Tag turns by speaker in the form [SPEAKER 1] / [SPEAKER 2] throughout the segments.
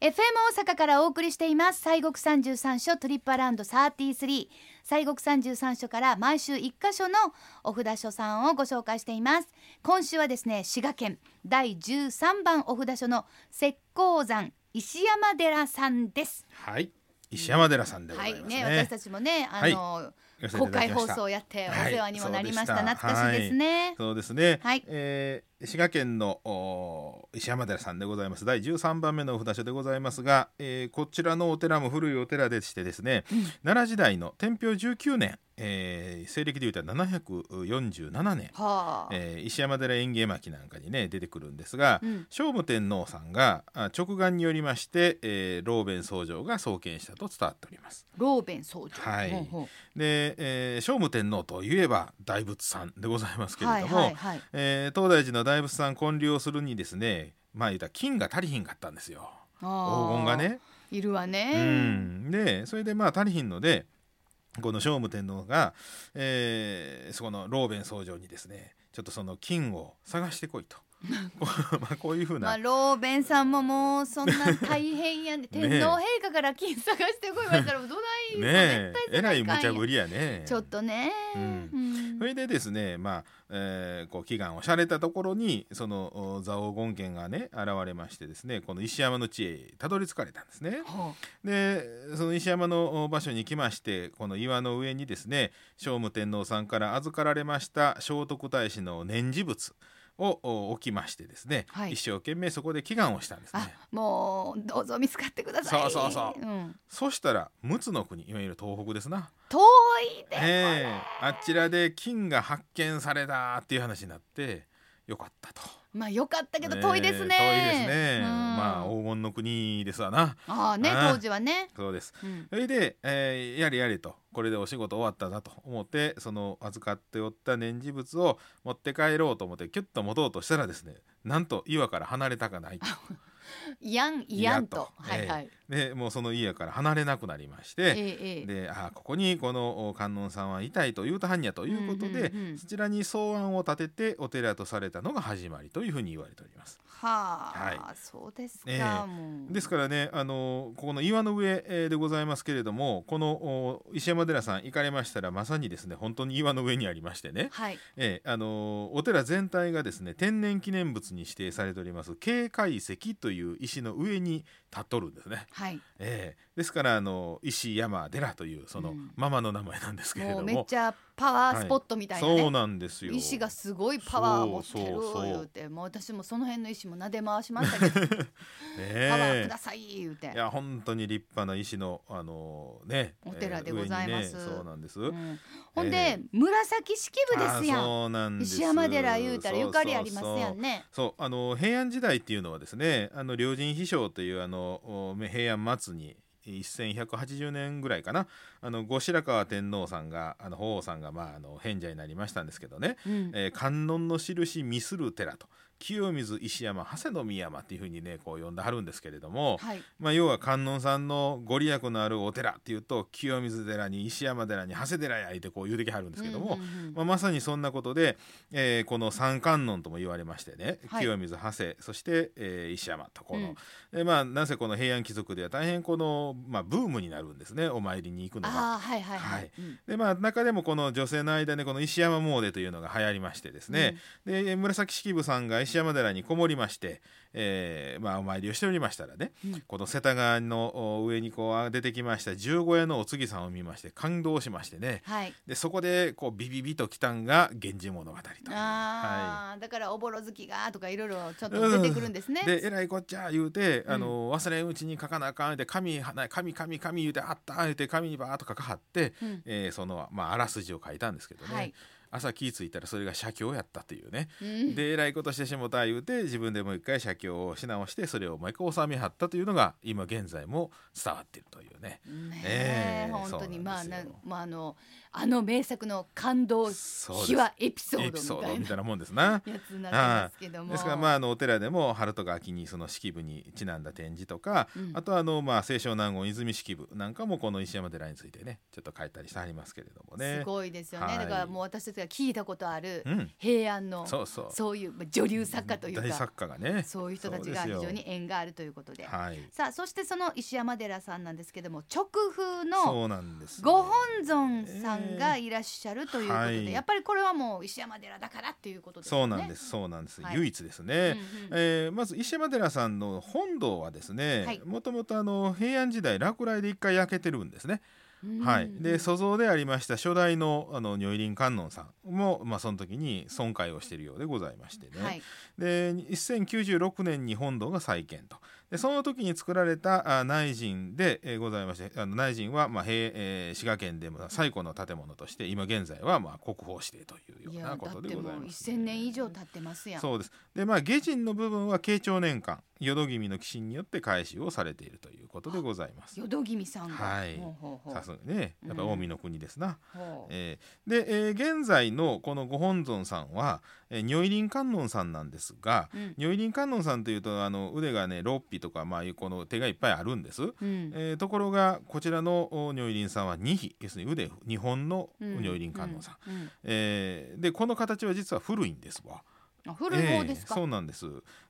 [SPEAKER 1] FM 大阪からお送りしています西国三十三所トリップアラウンド33西国三十三所から毎週一箇所のお札所さんをご紹介しています今週はですね滋賀県第13番お札所の石膏山石山寺さんです
[SPEAKER 2] はい石山寺さんでござ
[SPEAKER 1] はいい
[SPEAKER 2] ますね、
[SPEAKER 1] ね私たちもねあの、
[SPEAKER 2] 寄せて
[SPEAKER 1] 公
[SPEAKER 2] いただ
[SPEAKER 1] 開
[SPEAKER 2] きま
[SPEAKER 1] 放
[SPEAKER 2] した
[SPEAKER 1] 送やってお
[SPEAKER 2] はい
[SPEAKER 1] 世話にもなりました,、
[SPEAKER 2] そうでした
[SPEAKER 1] 懐かしいですね、
[SPEAKER 2] そうですね、
[SPEAKER 1] はい
[SPEAKER 2] えー滋賀県のおー石山寺さんでございます第13番目のお札所でございますが、えーこちらのお寺も古いお寺でしてですね、奈良時代の天平19年、えー西暦でいうと747年、
[SPEAKER 1] はあ、
[SPEAKER 2] えー石山寺園芸巻なんかにね出てくるんですが、
[SPEAKER 1] うん
[SPEAKER 2] 聖武天皇さんがあ直眼によりまして、えー、老弁僧正が創建したと伝わっております。
[SPEAKER 1] ローベン総長
[SPEAKER 2] はい
[SPEAKER 1] ほうほう
[SPEAKER 2] で、えー聖武天皇といえば大仏さんでございますけれども、
[SPEAKER 1] はいはいはい
[SPEAKER 2] えー東大寺の大仏さん建立をするにですねまあ言うたら金が足りひんかったんですよ黄金がね。
[SPEAKER 1] あーいるわね、
[SPEAKER 2] うん、でそれでまあ足りひんのでこの聖武天皇が、えーそこの老弁僧正にですねちょっとその金を探し てこいとこう,、まあ、こういうふ
[SPEAKER 1] ま
[SPEAKER 2] うな
[SPEAKER 1] あ、ローベンさんももうそんな大変やんで、天
[SPEAKER 2] ねえ
[SPEAKER 1] 皇陛下から金探してこい言われたらどな い
[SPEAKER 2] ねええらい無茶ぶ
[SPEAKER 1] り
[SPEAKER 2] りやね
[SPEAKER 1] ちょっとね、
[SPEAKER 2] うん
[SPEAKER 1] うん
[SPEAKER 2] それでですねまあ、えーこう祈願をされたところにそのお蔵王権現がね現れましてですねこの石山の地へたどり着かれたんですね。
[SPEAKER 1] ほ
[SPEAKER 2] でその石山のお場所に来ましてこの岩の上にですね聖武天皇さんから預かられました聖徳太子の念持仏をお置きましてですね、
[SPEAKER 1] はい
[SPEAKER 2] 一生懸命そこで祈願をしたんです
[SPEAKER 1] うあ
[SPEAKER 2] ね。
[SPEAKER 1] もうどうぞ見つかってください
[SPEAKER 2] そうそうそう
[SPEAKER 1] うん、
[SPEAKER 2] そしたら陸奥の国いわゆる東北ですな、
[SPEAKER 1] 遠いで、
[SPEAKER 2] ええあちらで金が発見されたっていう話になってよかったと。
[SPEAKER 1] まあよかったけど遠いですね、
[SPEAKER 2] ええ遠いですね。
[SPEAKER 1] うん
[SPEAKER 2] まあ黄金の国ですわな。
[SPEAKER 1] ああね
[SPEAKER 2] ああ
[SPEAKER 1] 当時はね、
[SPEAKER 2] そうです。
[SPEAKER 1] うん
[SPEAKER 2] それで、えーやれやれとこれでお仕事終わったなと思ってその預かっておった念持仏を持って帰ろうと思ってキュッと持とうとしたらですねなんと岩から離れた かないと
[SPEAKER 1] やんやんと
[SPEAKER 2] いやと
[SPEAKER 1] はいはい、
[SPEAKER 2] でもうその家から離れなくなりまし
[SPEAKER 1] え
[SPEAKER 2] て、
[SPEAKER 1] えええ
[SPEAKER 2] であーここにこのお観音さんはいたいと言うたはんやということで、
[SPEAKER 1] うんうんうん
[SPEAKER 2] そちらに草案を立ててお寺とされたのが始まりというふうに言われております。
[SPEAKER 1] はあ、
[SPEAKER 2] は
[SPEAKER 1] そうですか、
[SPEAKER 2] ええ
[SPEAKER 1] もう
[SPEAKER 2] ですからね、あのここの岩の上えーでございますけれどもこのお石山寺さん行かれましたらまさにですね本当に岩の上にありましてね、
[SPEAKER 1] はい
[SPEAKER 2] ええあのお寺全体がですね天然記念物に指定されております警戒石という石の上に立っとるんですね、
[SPEAKER 1] はい
[SPEAKER 2] ええですからあの石山寺というその
[SPEAKER 1] うん
[SPEAKER 2] ママの名前なんですけれ
[SPEAKER 1] も
[SPEAKER 2] ど
[SPEAKER 1] うめっ
[SPEAKER 2] も、
[SPEAKER 1] ちゃパワースポットみたいなね、
[SPEAKER 2] そうなんですよ
[SPEAKER 1] 石がすごいパワーを持ってる
[SPEAKER 2] そうそうそう
[SPEAKER 1] 言うてもう私もその辺の石も撫で回しました けどパワーく
[SPEAKER 2] ねえ
[SPEAKER 1] ださい言うて
[SPEAKER 2] いや本当に立派な石のあのね
[SPEAKER 1] お寺でございます
[SPEAKER 2] ええ上にねそうなんです、
[SPEAKER 1] うんほんで、
[SPEAKER 2] ええ
[SPEAKER 1] 紫式部ですや
[SPEAKER 2] あ
[SPEAKER 1] ん
[SPEAKER 2] そうなんです
[SPEAKER 1] 石山寺言うたらゆかりありますやんね
[SPEAKER 2] そうあの平安時代っていうのはですねあの両人秘書というあのお平安末に1180年ぐらいかなあの後白河天皇さんがあの法皇さんが、まあ、あの変者になりましたんですけどね、
[SPEAKER 1] うん
[SPEAKER 2] えー観音の印ミスる寺と清水石山長谷の宮山っていうふうにねこう呼んではるんですけれども、
[SPEAKER 1] はい
[SPEAKER 2] まあ、要は観音さんのご利益のあるお寺っていうと清水寺に石山寺に長谷寺やいてこう言うてきはるんですけども、
[SPEAKER 1] うんうんうん
[SPEAKER 2] まあ、まさにそんなことで、えーこの三観音とも言われましてね、
[SPEAKER 1] はい
[SPEAKER 2] 清水長谷そして、えー石山とこの、
[SPEAKER 1] うん
[SPEAKER 2] でまあ、なぜこの平安貴族では大変この、まあ、ブームになるんですねお参りに行くのが。
[SPEAKER 1] ああはいはいは
[SPEAKER 2] はいい、
[SPEAKER 1] うん
[SPEAKER 2] でまあ、中でもこの女性の間でこの石山詣というのが流行りましてですね、で紫式部さんが石山寺にこもりまして、えーまあ、お参りをしておりましたらね、
[SPEAKER 1] うん
[SPEAKER 2] この世田谷のお上にこう出てきました十五夜のお次さんを見まして感動しましてね、
[SPEAKER 1] はい
[SPEAKER 2] でそこでこうビビビときたんが「源氏物語」と。は
[SPEAKER 1] あー、だからおぼろ月がとかいろいろちょっと出てくるんですね
[SPEAKER 2] い、、でえらいこっちゃ言うて、あの忘れんうちに書かなあかんで紙はな紙紙紙言うてあった言うて紙にバーっと書かはって、
[SPEAKER 1] うん
[SPEAKER 2] えーその、まあ、あらすじを書いたんですけどね、
[SPEAKER 1] はい
[SPEAKER 2] 朝気ぃ付いたらそれが写経やったというね、
[SPEAKER 1] うん
[SPEAKER 2] でえらいことしてしもた言うて自分でもう一回写経をし直してそれをもう一回収めはったというのが今現在も伝わってるというね。
[SPEAKER 1] ねえ
[SPEAKER 2] ええ
[SPEAKER 1] 本当
[SPEAKER 2] そうなんで
[SPEAKER 1] に
[SPEAKER 2] すよ
[SPEAKER 1] まあなまああのあの名作の感動
[SPEAKER 2] そう
[SPEAKER 1] 秘話エピソ
[SPEAKER 2] エ
[SPEAKER 1] ー
[SPEAKER 2] ピ
[SPEAKER 1] ド
[SPEAKER 2] ソ
[SPEAKER 1] み
[SPEAKER 2] ー
[SPEAKER 1] た
[SPEAKER 2] ド
[SPEAKER 1] い
[SPEAKER 2] み
[SPEAKER 1] な
[SPEAKER 2] たいなもんですな。
[SPEAKER 1] やつになってますけども
[SPEAKER 2] ですからまああのお寺でも春とか秋にその式部にちなんだ展示とか、
[SPEAKER 1] うん
[SPEAKER 2] あとはあのまあ清少納言泉式部なんかもこの石山寺についてねちょっと書いたりしてありますけれどもね
[SPEAKER 1] すごいですよね、
[SPEAKER 2] はい
[SPEAKER 1] だからもう私たちが聞いたことある
[SPEAKER 2] うん、
[SPEAKER 1] 平安の
[SPEAKER 2] そうそう
[SPEAKER 1] そういうまあ女流作家という
[SPEAKER 2] 大
[SPEAKER 1] か
[SPEAKER 2] 作家がね
[SPEAKER 1] そういう人たちが非常に縁があるということで
[SPEAKER 2] はい
[SPEAKER 1] さあそしてその石山寺さんなんですけども直風の
[SPEAKER 2] そうなんです
[SPEAKER 1] ご本尊さんがいらっしゃるということで、
[SPEAKER 2] ええはい
[SPEAKER 1] やっぱりこれはもう石山寺だからっていうことですね。
[SPEAKER 2] そうなんですそうなんです、
[SPEAKER 1] はい
[SPEAKER 2] 唯一ですね、
[SPEAKER 1] うんうん
[SPEAKER 2] えーまず石山寺さんの本堂はです
[SPEAKER 1] は
[SPEAKER 2] ね
[SPEAKER 1] い
[SPEAKER 2] もともとあの平安時代落雷で一回焼けてるんですね、
[SPEAKER 1] うん
[SPEAKER 2] はい、で塑像でありました初代のあの如意林観音さんも、まあ、その時に損壊をしているようでございましてね、
[SPEAKER 1] はい
[SPEAKER 2] で1096年に本堂が再建とでその時に作られたあ内陣で、えーございましてあの内陣は、まあ平えー滋賀県でも最古の建物として今現在は、まあ、国宝指定というよ
[SPEAKER 1] いうやだ
[SPEAKER 2] な
[SPEAKER 1] っ
[SPEAKER 2] ことで
[SPEAKER 1] て
[SPEAKER 2] ござい
[SPEAKER 1] もう
[SPEAKER 2] ます、
[SPEAKER 1] 1,000年以上経ってますやん。
[SPEAKER 2] そうですでまあ下陣の部分は慶長年間淀君の寄進によって改修をされているということでございます。
[SPEAKER 1] 淀君さんが、
[SPEAKER 2] はい
[SPEAKER 1] ほうほうほ
[SPEAKER 2] さ
[SPEAKER 1] う
[SPEAKER 2] すがにねやっぱ
[SPEAKER 1] うん
[SPEAKER 2] 近江の国ですな、
[SPEAKER 1] ほう
[SPEAKER 2] えーで、えー現在のこのご本尊さんは、えー、如意林観音さんなんですが
[SPEAKER 1] うん
[SPEAKER 2] 如意林観音さんというとあの腕がね6匹とか、まあ、この手がいっぱいあるんです。
[SPEAKER 1] うん
[SPEAKER 2] えーところがこちらのお如意林さんは2匹要するに腕2本の
[SPEAKER 1] うん
[SPEAKER 2] 如意林観音さん、
[SPEAKER 1] うんうん
[SPEAKER 2] えーでこの形は実は古いんですわ。
[SPEAKER 1] あ古い方です
[SPEAKER 2] ええ
[SPEAKER 1] か、
[SPEAKER 2] そうなんです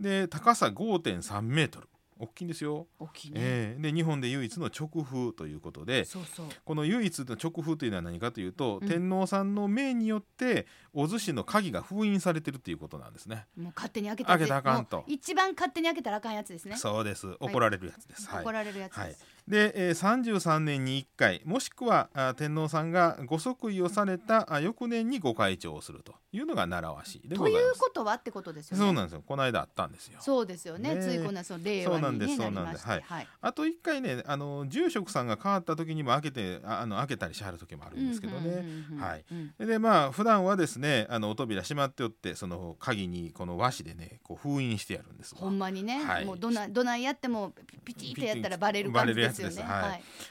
[SPEAKER 2] で高さ5.3メートル大きいんですよ、
[SPEAKER 1] 大きいね、
[SPEAKER 2] ええで日本で唯一の直風ということで
[SPEAKER 1] そうそう
[SPEAKER 2] この唯一の直風というのは何かというと、
[SPEAKER 1] うん
[SPEAKER 2] 天皇さんの命によってお寿司の鍵が封印されてるということなんですね
[SPEAKER 1] もう勝手に開けたら
[SPEAKER 2] 開けたらあかんと
[SPEAKER 1] もう一番勝手に開けたらあかんやつですね
[SPEAKER 2] そうです怒られるやつです、はい
[SPEAKER 1] 怒られるやつ
[SPEAKER 2] はい
[SPEAKER 1] です、、
[SPEAKER 2] で、えー、33年に1回もしくはあ天皇さんがご即位をされたあ翌年にご開帳をするというのが習わしでご
[SPEAKER 1] と
[SPEAKER 2] ざい
[SPEAKER 1] い
[SPEAKER 2] ま
[SPEAKER 1] う
[SPEAKER 2] す。
[SPEAKER 1] ことはってことですよね
[SPEAKER 2] そうなんですよこの間あったんですよ。
[SPEAKER 1] そうですよね
[SPEAKER 2] ねえ
[SPEAKER 1] ついこの間その令
[SPEAKER 2] そ
[SPEAKER 1] 和
[SPEAKER 2] うなん
[SPEAKER 1] に、
[SPEAKER 2] で
[SPEAKER 1] ね、
[SPEAKER 2] す
[SPEAKER 1] な
[SPEAKER 2] そ
[SPEAKER 1] り
[SPEAKER 2] うなん
[SPEAKER 1] ま
[SPEAKER 2] です
[SPEAKER 1] してはい、はい
[SPEAKER 2] あと一回ねあの住職さんが変わった時にも開けてああの開けたりしはる時もあるんですけどね。はい
[SPEAKER 1] うんうん
[SPEAKER 2] でまあ普段はですねあのお扉閉まっておってその鍵にこの和紙でねこう封印してやるんですわ
[SPEAKER 1] ほんまにね、
[SPEAKER 2] はい
[SPEAKER 1] もうどなどないやってもピチッとやったらバレる感じですよね
[SPEAKER 2] バレるやつ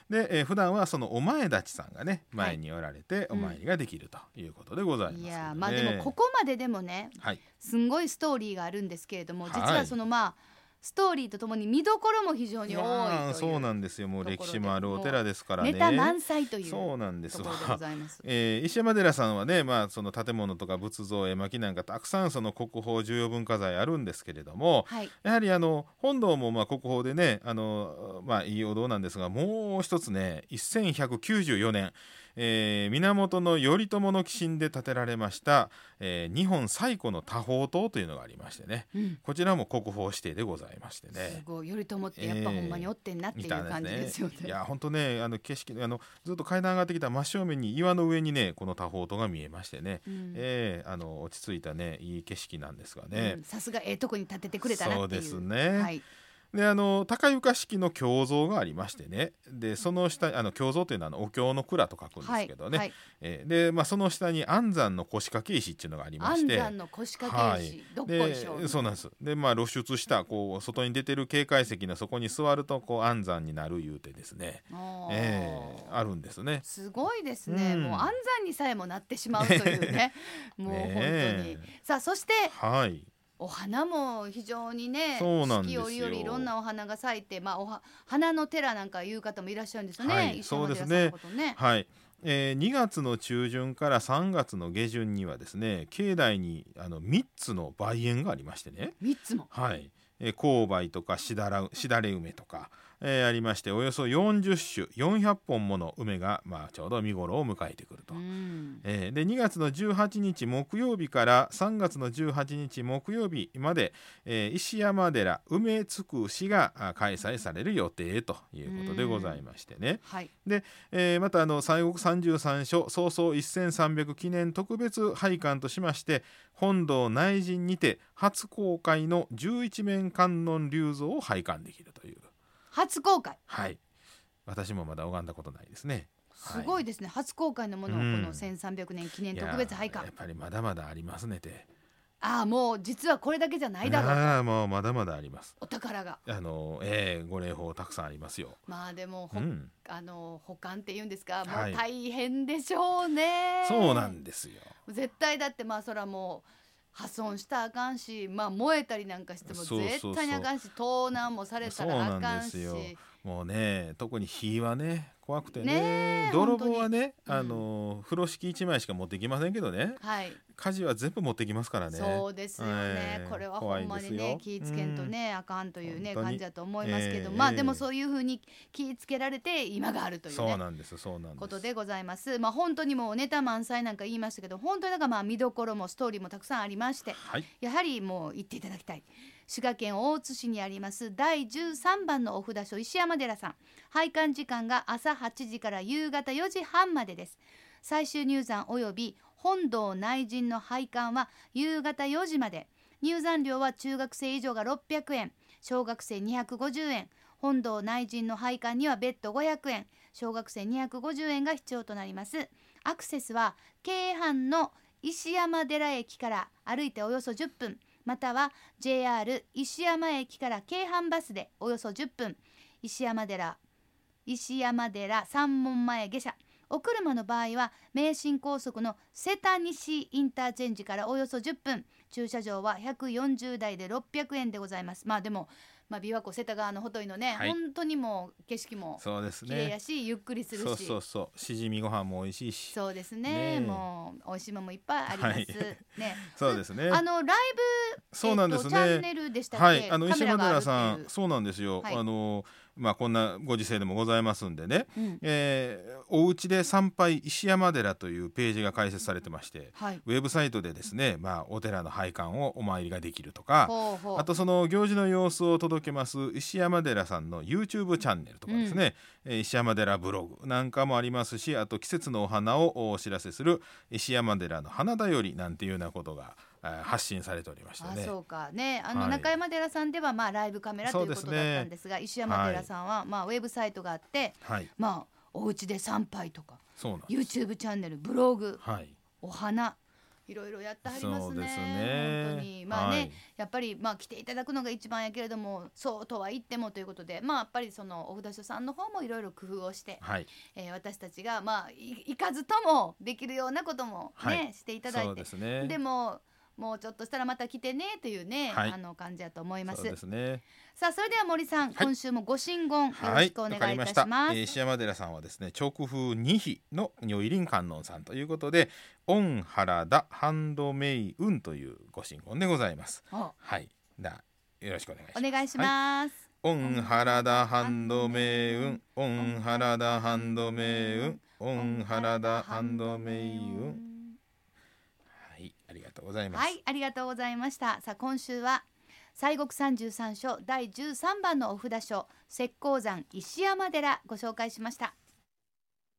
[SPEAKER 2] ですはいで、えー普段はそのお前立ちさんがね前におられ
[SPEAKER 1] う
[SPEAKER 2] てお
[SPEAKER 1] ん
[SPEAKER 2] 参りができるということでございますの
[SPEAKER 1] い
[SPEAKER 2] でね、
[SPEAKER 1] やーまあでもここまででもね
[SPEAKER 2] はい
[SPEAKER 1] すんごいストーリーがあるんですけれども
[SPEAKER 2] はい
[SPEAKER 1] 実はそのまあ、ストーリーとともに見どころも非常
[SPEAKER 2] い
[SPEAKER 1] に
[SPEAKER 2] や
[SPEAKER 1] 多い
[SPEAKER 2] ー
[SPEAKER 1] とい
[SPEAKER 2] そううなんですよもう
[SPEAKER 1] ところ
[SPEAKER 2] 歴
[SPEAKER 1] で
[SPEAKER 2] 史もあるお寺ですからね
[SPEAKER 1] ネタ満載という
[SPEAKER 2] そうなんです
[SPEAKER 1] とこ
[SPEAKER 2] わ
[SPEAKER 1] ろでござい ます。
[SPEAKER 2] えー石山寺さんはね、まあ、その建物とか仏像絵巻なんかたくさんその国宝重要文化財あるんですけれども
[SPEAKER 1] はい、
[SPEAKER 2] やはりあの本堂もまあ国宝でねあの、まあ、いいお堂なんですがもう一つね1194年、えー源頼朝の寄進で建てられました、えー日本最古の多宝塔というのがありましてね
[SPEAKER 1] うん
[SPEAKER 2] こちらも国宝指定でございまして
[SPEAKER 1] す
[SPEAKER 2] ね。
[SPEAKER 1] ごい頼朝ってやっぱほんまにおってんなっていう感じですよね。
[SPEAKER 2] いや本当ねあの景色あのずっと階段上がってきた真正面に岩の上にねこの多宝塔が見えましてね、
[SPEAKER 1] うん
[SPEAKER 2] えーあの落ち着いたねいい景色なんですがね、
[SPEAKER 1] うんさすがええとこに立ててくれたなっていう。
[SPEAKER 2] そうですね
[SPEAKER 1] はい。
[SPEAKER 2] であの高床式の経像がありましてねでその下あの経像というのはあのお経の蔵と書くんで
[SPEAKER 1] は
[SPEAKER 2] す
[SPEAKER 1] い
[SPEAKER 2] けどね、
[SPEAKER 1] はい
[SPEAKER 2] えーで、まあ、その下に安山の腰掛け石っていうのがありまし
[SPEAKER 1] 安
[SPEAKER 2] て
[SPEAKER 1] 山の腰掛け石、どっこいしょ。
[SPEAKER 2] でそうなんですでまあ露出したこう外に出てる警戒石のそこに座るとこう安山になるいうてですね、
[SPEAKER 1] あー
[SPEAKER 2] えーあるんですね。
[SPEAKER 1] すごいですね、
[SPEAKER 2] うん
[SPEAKER 1] もう安山にさえもなってしまうという ねもう本当に、
[SPEAKER 2] ねえ
[SPEAKER 1] さあそして
[SPEAKER 2] はい
[SPEAKER 1] お花も非常にね
[SPEAKER 2] そうなんですよ
[SPEAKER 1] 四季折々いろんなお花が咲いて、まあ、おは花の寺なんかいう方もいらっしゃるんですよね、
[SPEAKER 2] はい
[SPEAKER 1] 石山寺さんのことね。
[SPEAKER 2] はい、えー2月の中旬から3月の下旬にはですね境内にあの3つの梅園がありましてね、
[SPEAKER 1] 三つも
[SPEAKER 2] はいえー、紅梅とかしだらしだれ梅とか、えーありましておよそ40種400本もの梅が、まあ、ちょうど見頃を迎えてくると。
[SPEAKER 1] うん
[SPEAKER 2] えーで2月の18日木曜日から3月の18日木曜日まで、えー石山寺梅つくしがあ開催される予定ということでございましてね。
[SPEAKER 1] はい
[SPEAKER 2] えーまたあの西国三十三所総総1300記念特別拝観としまして本堂内陣にて初公開の11面観音立像を拝観できるという
[SPEAKER 1] 初公開
[SPEAKER 2] はい私もまだ拝んだことないですね
[SPEAKER 1] すごいですね、初公開のものをこ
[SPEAKER 2] うん
[SPEAKER 1] の1300年記念特別拝
[SPEAKER 2] いやー
[SPEAKER 1] 観
[SPEAKER 2] やっぱりまだまだありますねて
[SPEAKER 1] ああもう実はこれだけじゃないだろう
[SPEAKER 2] ああもうまだまだあります
[SPEAKER 1] お宝が
[SPEAKER 2] あのええご礼法たくさんありますよ
[SPEAKER 1] まあでも
[SPEAKER 2] う
[SPEAKER 1] ほ、
[SPEAKER 2] ん
[SPEAKER 1] あの保管って言うんですかも
[SPEAKER 2] は
[SPEAKER 1] う
[SPEAKER 2] い
[SPEAKER 1] 大変でしょうね、
[SPEAKER 2] そうなんですよ
[SPEAKER 1] 絶対だってまあそらもう破損したらあかんしまあ燃えたりなんかしても
[SPEAKER 2] そうそうそ
[SPEAKER 1] 絶
[SPEAKER 2] う
[SPEAKER 1] 対にあかんし盗難もされたらあかんし
[SPEAKER 2] そうなんですよもうね特に火はね怖くてね
[SPEAKER 1] ねえ
[SPEAKER 2] 泥棒はね、
[SPEAKER 1] 本当に
[SPEAKER 2] あの風呂敷1枚しか持ってきませんけどね
[SPEAKER 1] はい、
[SPEAKER 2] 火事は全部持ってきますからね
[SPEAKER 1] そうですよね、
[SPEAKER 2] ええ
[SPEAKER 1] これはほんまに
[SPEAKER 2] 怖い
[SPEAKER 1] ね
[SPEAKER 2] んですよ
[SPEAKER 1] 気ぃつけんとね、あかんというね
[SPEAKER 2] 本当に
[SPEAKER 1] 感じだと思いますけど、
[SPEAKER 2] ええ
[SPEAKER 1] まあ
[SPEAKER 2] ええ
[SPEAKER 1] でもそういうふうに気ぃつけられて今があるという
[SPEAKER 2] そう
[SPEAKER 1] ね
[SPEAKER 2] なんですそうなんです
[SPEAKER 1] ことでございます。まあ本当にもうネタ満載なんか言いましたけど、本当になんかまあ見どころもストーリーもたくさんありまして、
[SPEAKER 2] はい
[SPEAKER 1] やはりもう行っていただきたい。滋賀県大津市にあります第13番のお札所石山寺さん。拝観時間が朝8時から夕方4時半までです。最終入山及び本堂内陣の拝観は夕方4時まで。入山料は中学生以上が600円、小学生250円、本堂内陣の配管には別途500円、小学生250円が必要となります。アクセスは京阪の石山寺駅から歩いておよそ10分、または JR 石山駅から京阪バスでおよそ10分、石山寺石山寺三門前下車お車の場合は名神高速の瀬田西インターチェンジからおよそ10分駐車場は140台で600円でございますまあでも、まあ、琵琶湖瀬田川のほとりのね、
[SPEAKER 2] はい
[SPEAKER 1] 本当にもう景色も
[SPEAKER 2] そうです
[SPEAKER 1] 綺麗
[SPEAKER 2] ね
[SPEAKER 1] やし、ゆっくりするし
[SPEAKER 2] そうそうそうしじみご飯も美味しいし
[SPEAKER 1] そうですね
[SPEAKER 2] ねえ
[SPEAKER 1] もう美味しいものもいっぱいあります、
[SPEAKER 2] はい
[SPEAKER 1] ね
[SPEAKER 2] そうですね
[SPEAKER 1] あのライブ
[SPEAKER 2] そうなんです
[SPEAKER 1] えっとチャンネ
[SPEAKER 2] ね
[SPEAKER 1] ルでしたっけ、
[SPEAKER 2] はい、あの
[SPEAKER 1] カ
[SPEAKER 2] 石
[SPEAKER 1] メラ
[SPEAKER 2] 山
[SPEAKER 1] がある
[SPEAKER 2] 寺
[SPEAKER 1] っていう
[SPEAKER 2] さん、そうなんですよ。
[SPEAKER 1] はい
[SPEAKER 2] あのまあこんなご時世でもございますんでね、
[SPEAKER 1] うん
[SPEAKER 2] えーお家で参拝石山寺というページが開設されてまして、
[SPEAKER 1] はい
[SPEAKER 2] ウェブサイトでですね、まあお寺の拝観をお参りができるとか、
[SPEAKER 1] ほうほう
[SPEAKER 2] あとその行事の様子を届けます石山寺さんの YouTube チャンネルとかですね、えー石山寺ブログなんかもありますし、あと季節のお花をお知らせする石山寺の花だよりなんていうようなことが、えー発信されておりまして
[SPEAKER 1] あ
[SPEAKER 2] ね。
[SPEAKER 1] そうかねあの
[SPEAKER 2] はい
[SPEAKER 1] 中山寺さんではまあライブカメラということだ
[SPEAKER 2] そ
[SPEAKER 1] っ
[SPEAKER 2] うですね
[SPEAKER 1] たんですが石山寺さんはまあウェブサイトがあって
[SPEAKER 2] はい、
[SPEAKER 1] まあお家で参拝とか
[SPEAKER 2] そうなんです。
[SPEAKER 1] YouTube チャンネルブログ
[SPEAKER 2] はい。
[SPEAKER 1] お花いろいろやってはりますね
[SPEAKER 2] そうですね
[SPEAKER 1] 本当にまあね、
[SPEAKER 2] はい
[SPEAKER 1] やっぱりまあ来ていただくのが一番やけれどもそうとは言ってもということでまあやっぱりそのお札所さんの方もいろいろ工夫をして、
[SPEAKER 2] はい。
[SPEAKER 1] えー私たちがまあい行かずともできるようなこともね、
[SPEAKER 2] はい
[SPEAKER 1] していただい
[SPEAKER 2] そう
[SPEAKER 1] て
[SPEAKER 2] ですね。
[SPEAKER 1] でももうちょっとしたらまた来てねというね、
[SPEAKER 2] はい
[SPEAKER 1] あの感じだと思いま
[SPEAKER 2] そ
[SPEAKER 1] す
[SPEAKER 2] うですね。
[SPEAKER 1] さあそれでは森さん、
[SPEAKER 2] はい
[SPEAKER 1] 今週もご神言よろ
[SPEAKER 2] は
[SPEAKER 1] し
[SPEAKER 2] い、
[SPEAKER 1] くお
[SPEAKER 2] わ
[SPEAKER 1] 願
[SPEAKER 2] か
[SPEAKER 1] い
[SPEAKER 2] り
[SPEAKER 1] いた
[SPEAKER 2] ま
[SPEAKER 1] し
[SPEAKER 2] した。
[SPEAKER 1] ます、
[SPEAKER 2] えー石山寺さんはですね、直風二比の如意輪観音さんということで、オンハラダハンドメイウンというご神言でございます。
[SPEAKER 1] お
[SPEAKER 2] はい。だ、よろしくお願いします。
[SPEAKER 1] お願いし
[SPEAKER 2] はい
[SPEAKER 1] ます、
[SPEAKER 2] オンハラダハンドメイウン、オンハラダハンドメイウン、オンハラダハンドメイウン。はい、ありがとうございます。
[SPEAKER 1] はいありがとうございましたさあ今週は西国三十三所第十三番のお札所石膏山石山寺ご紹介しました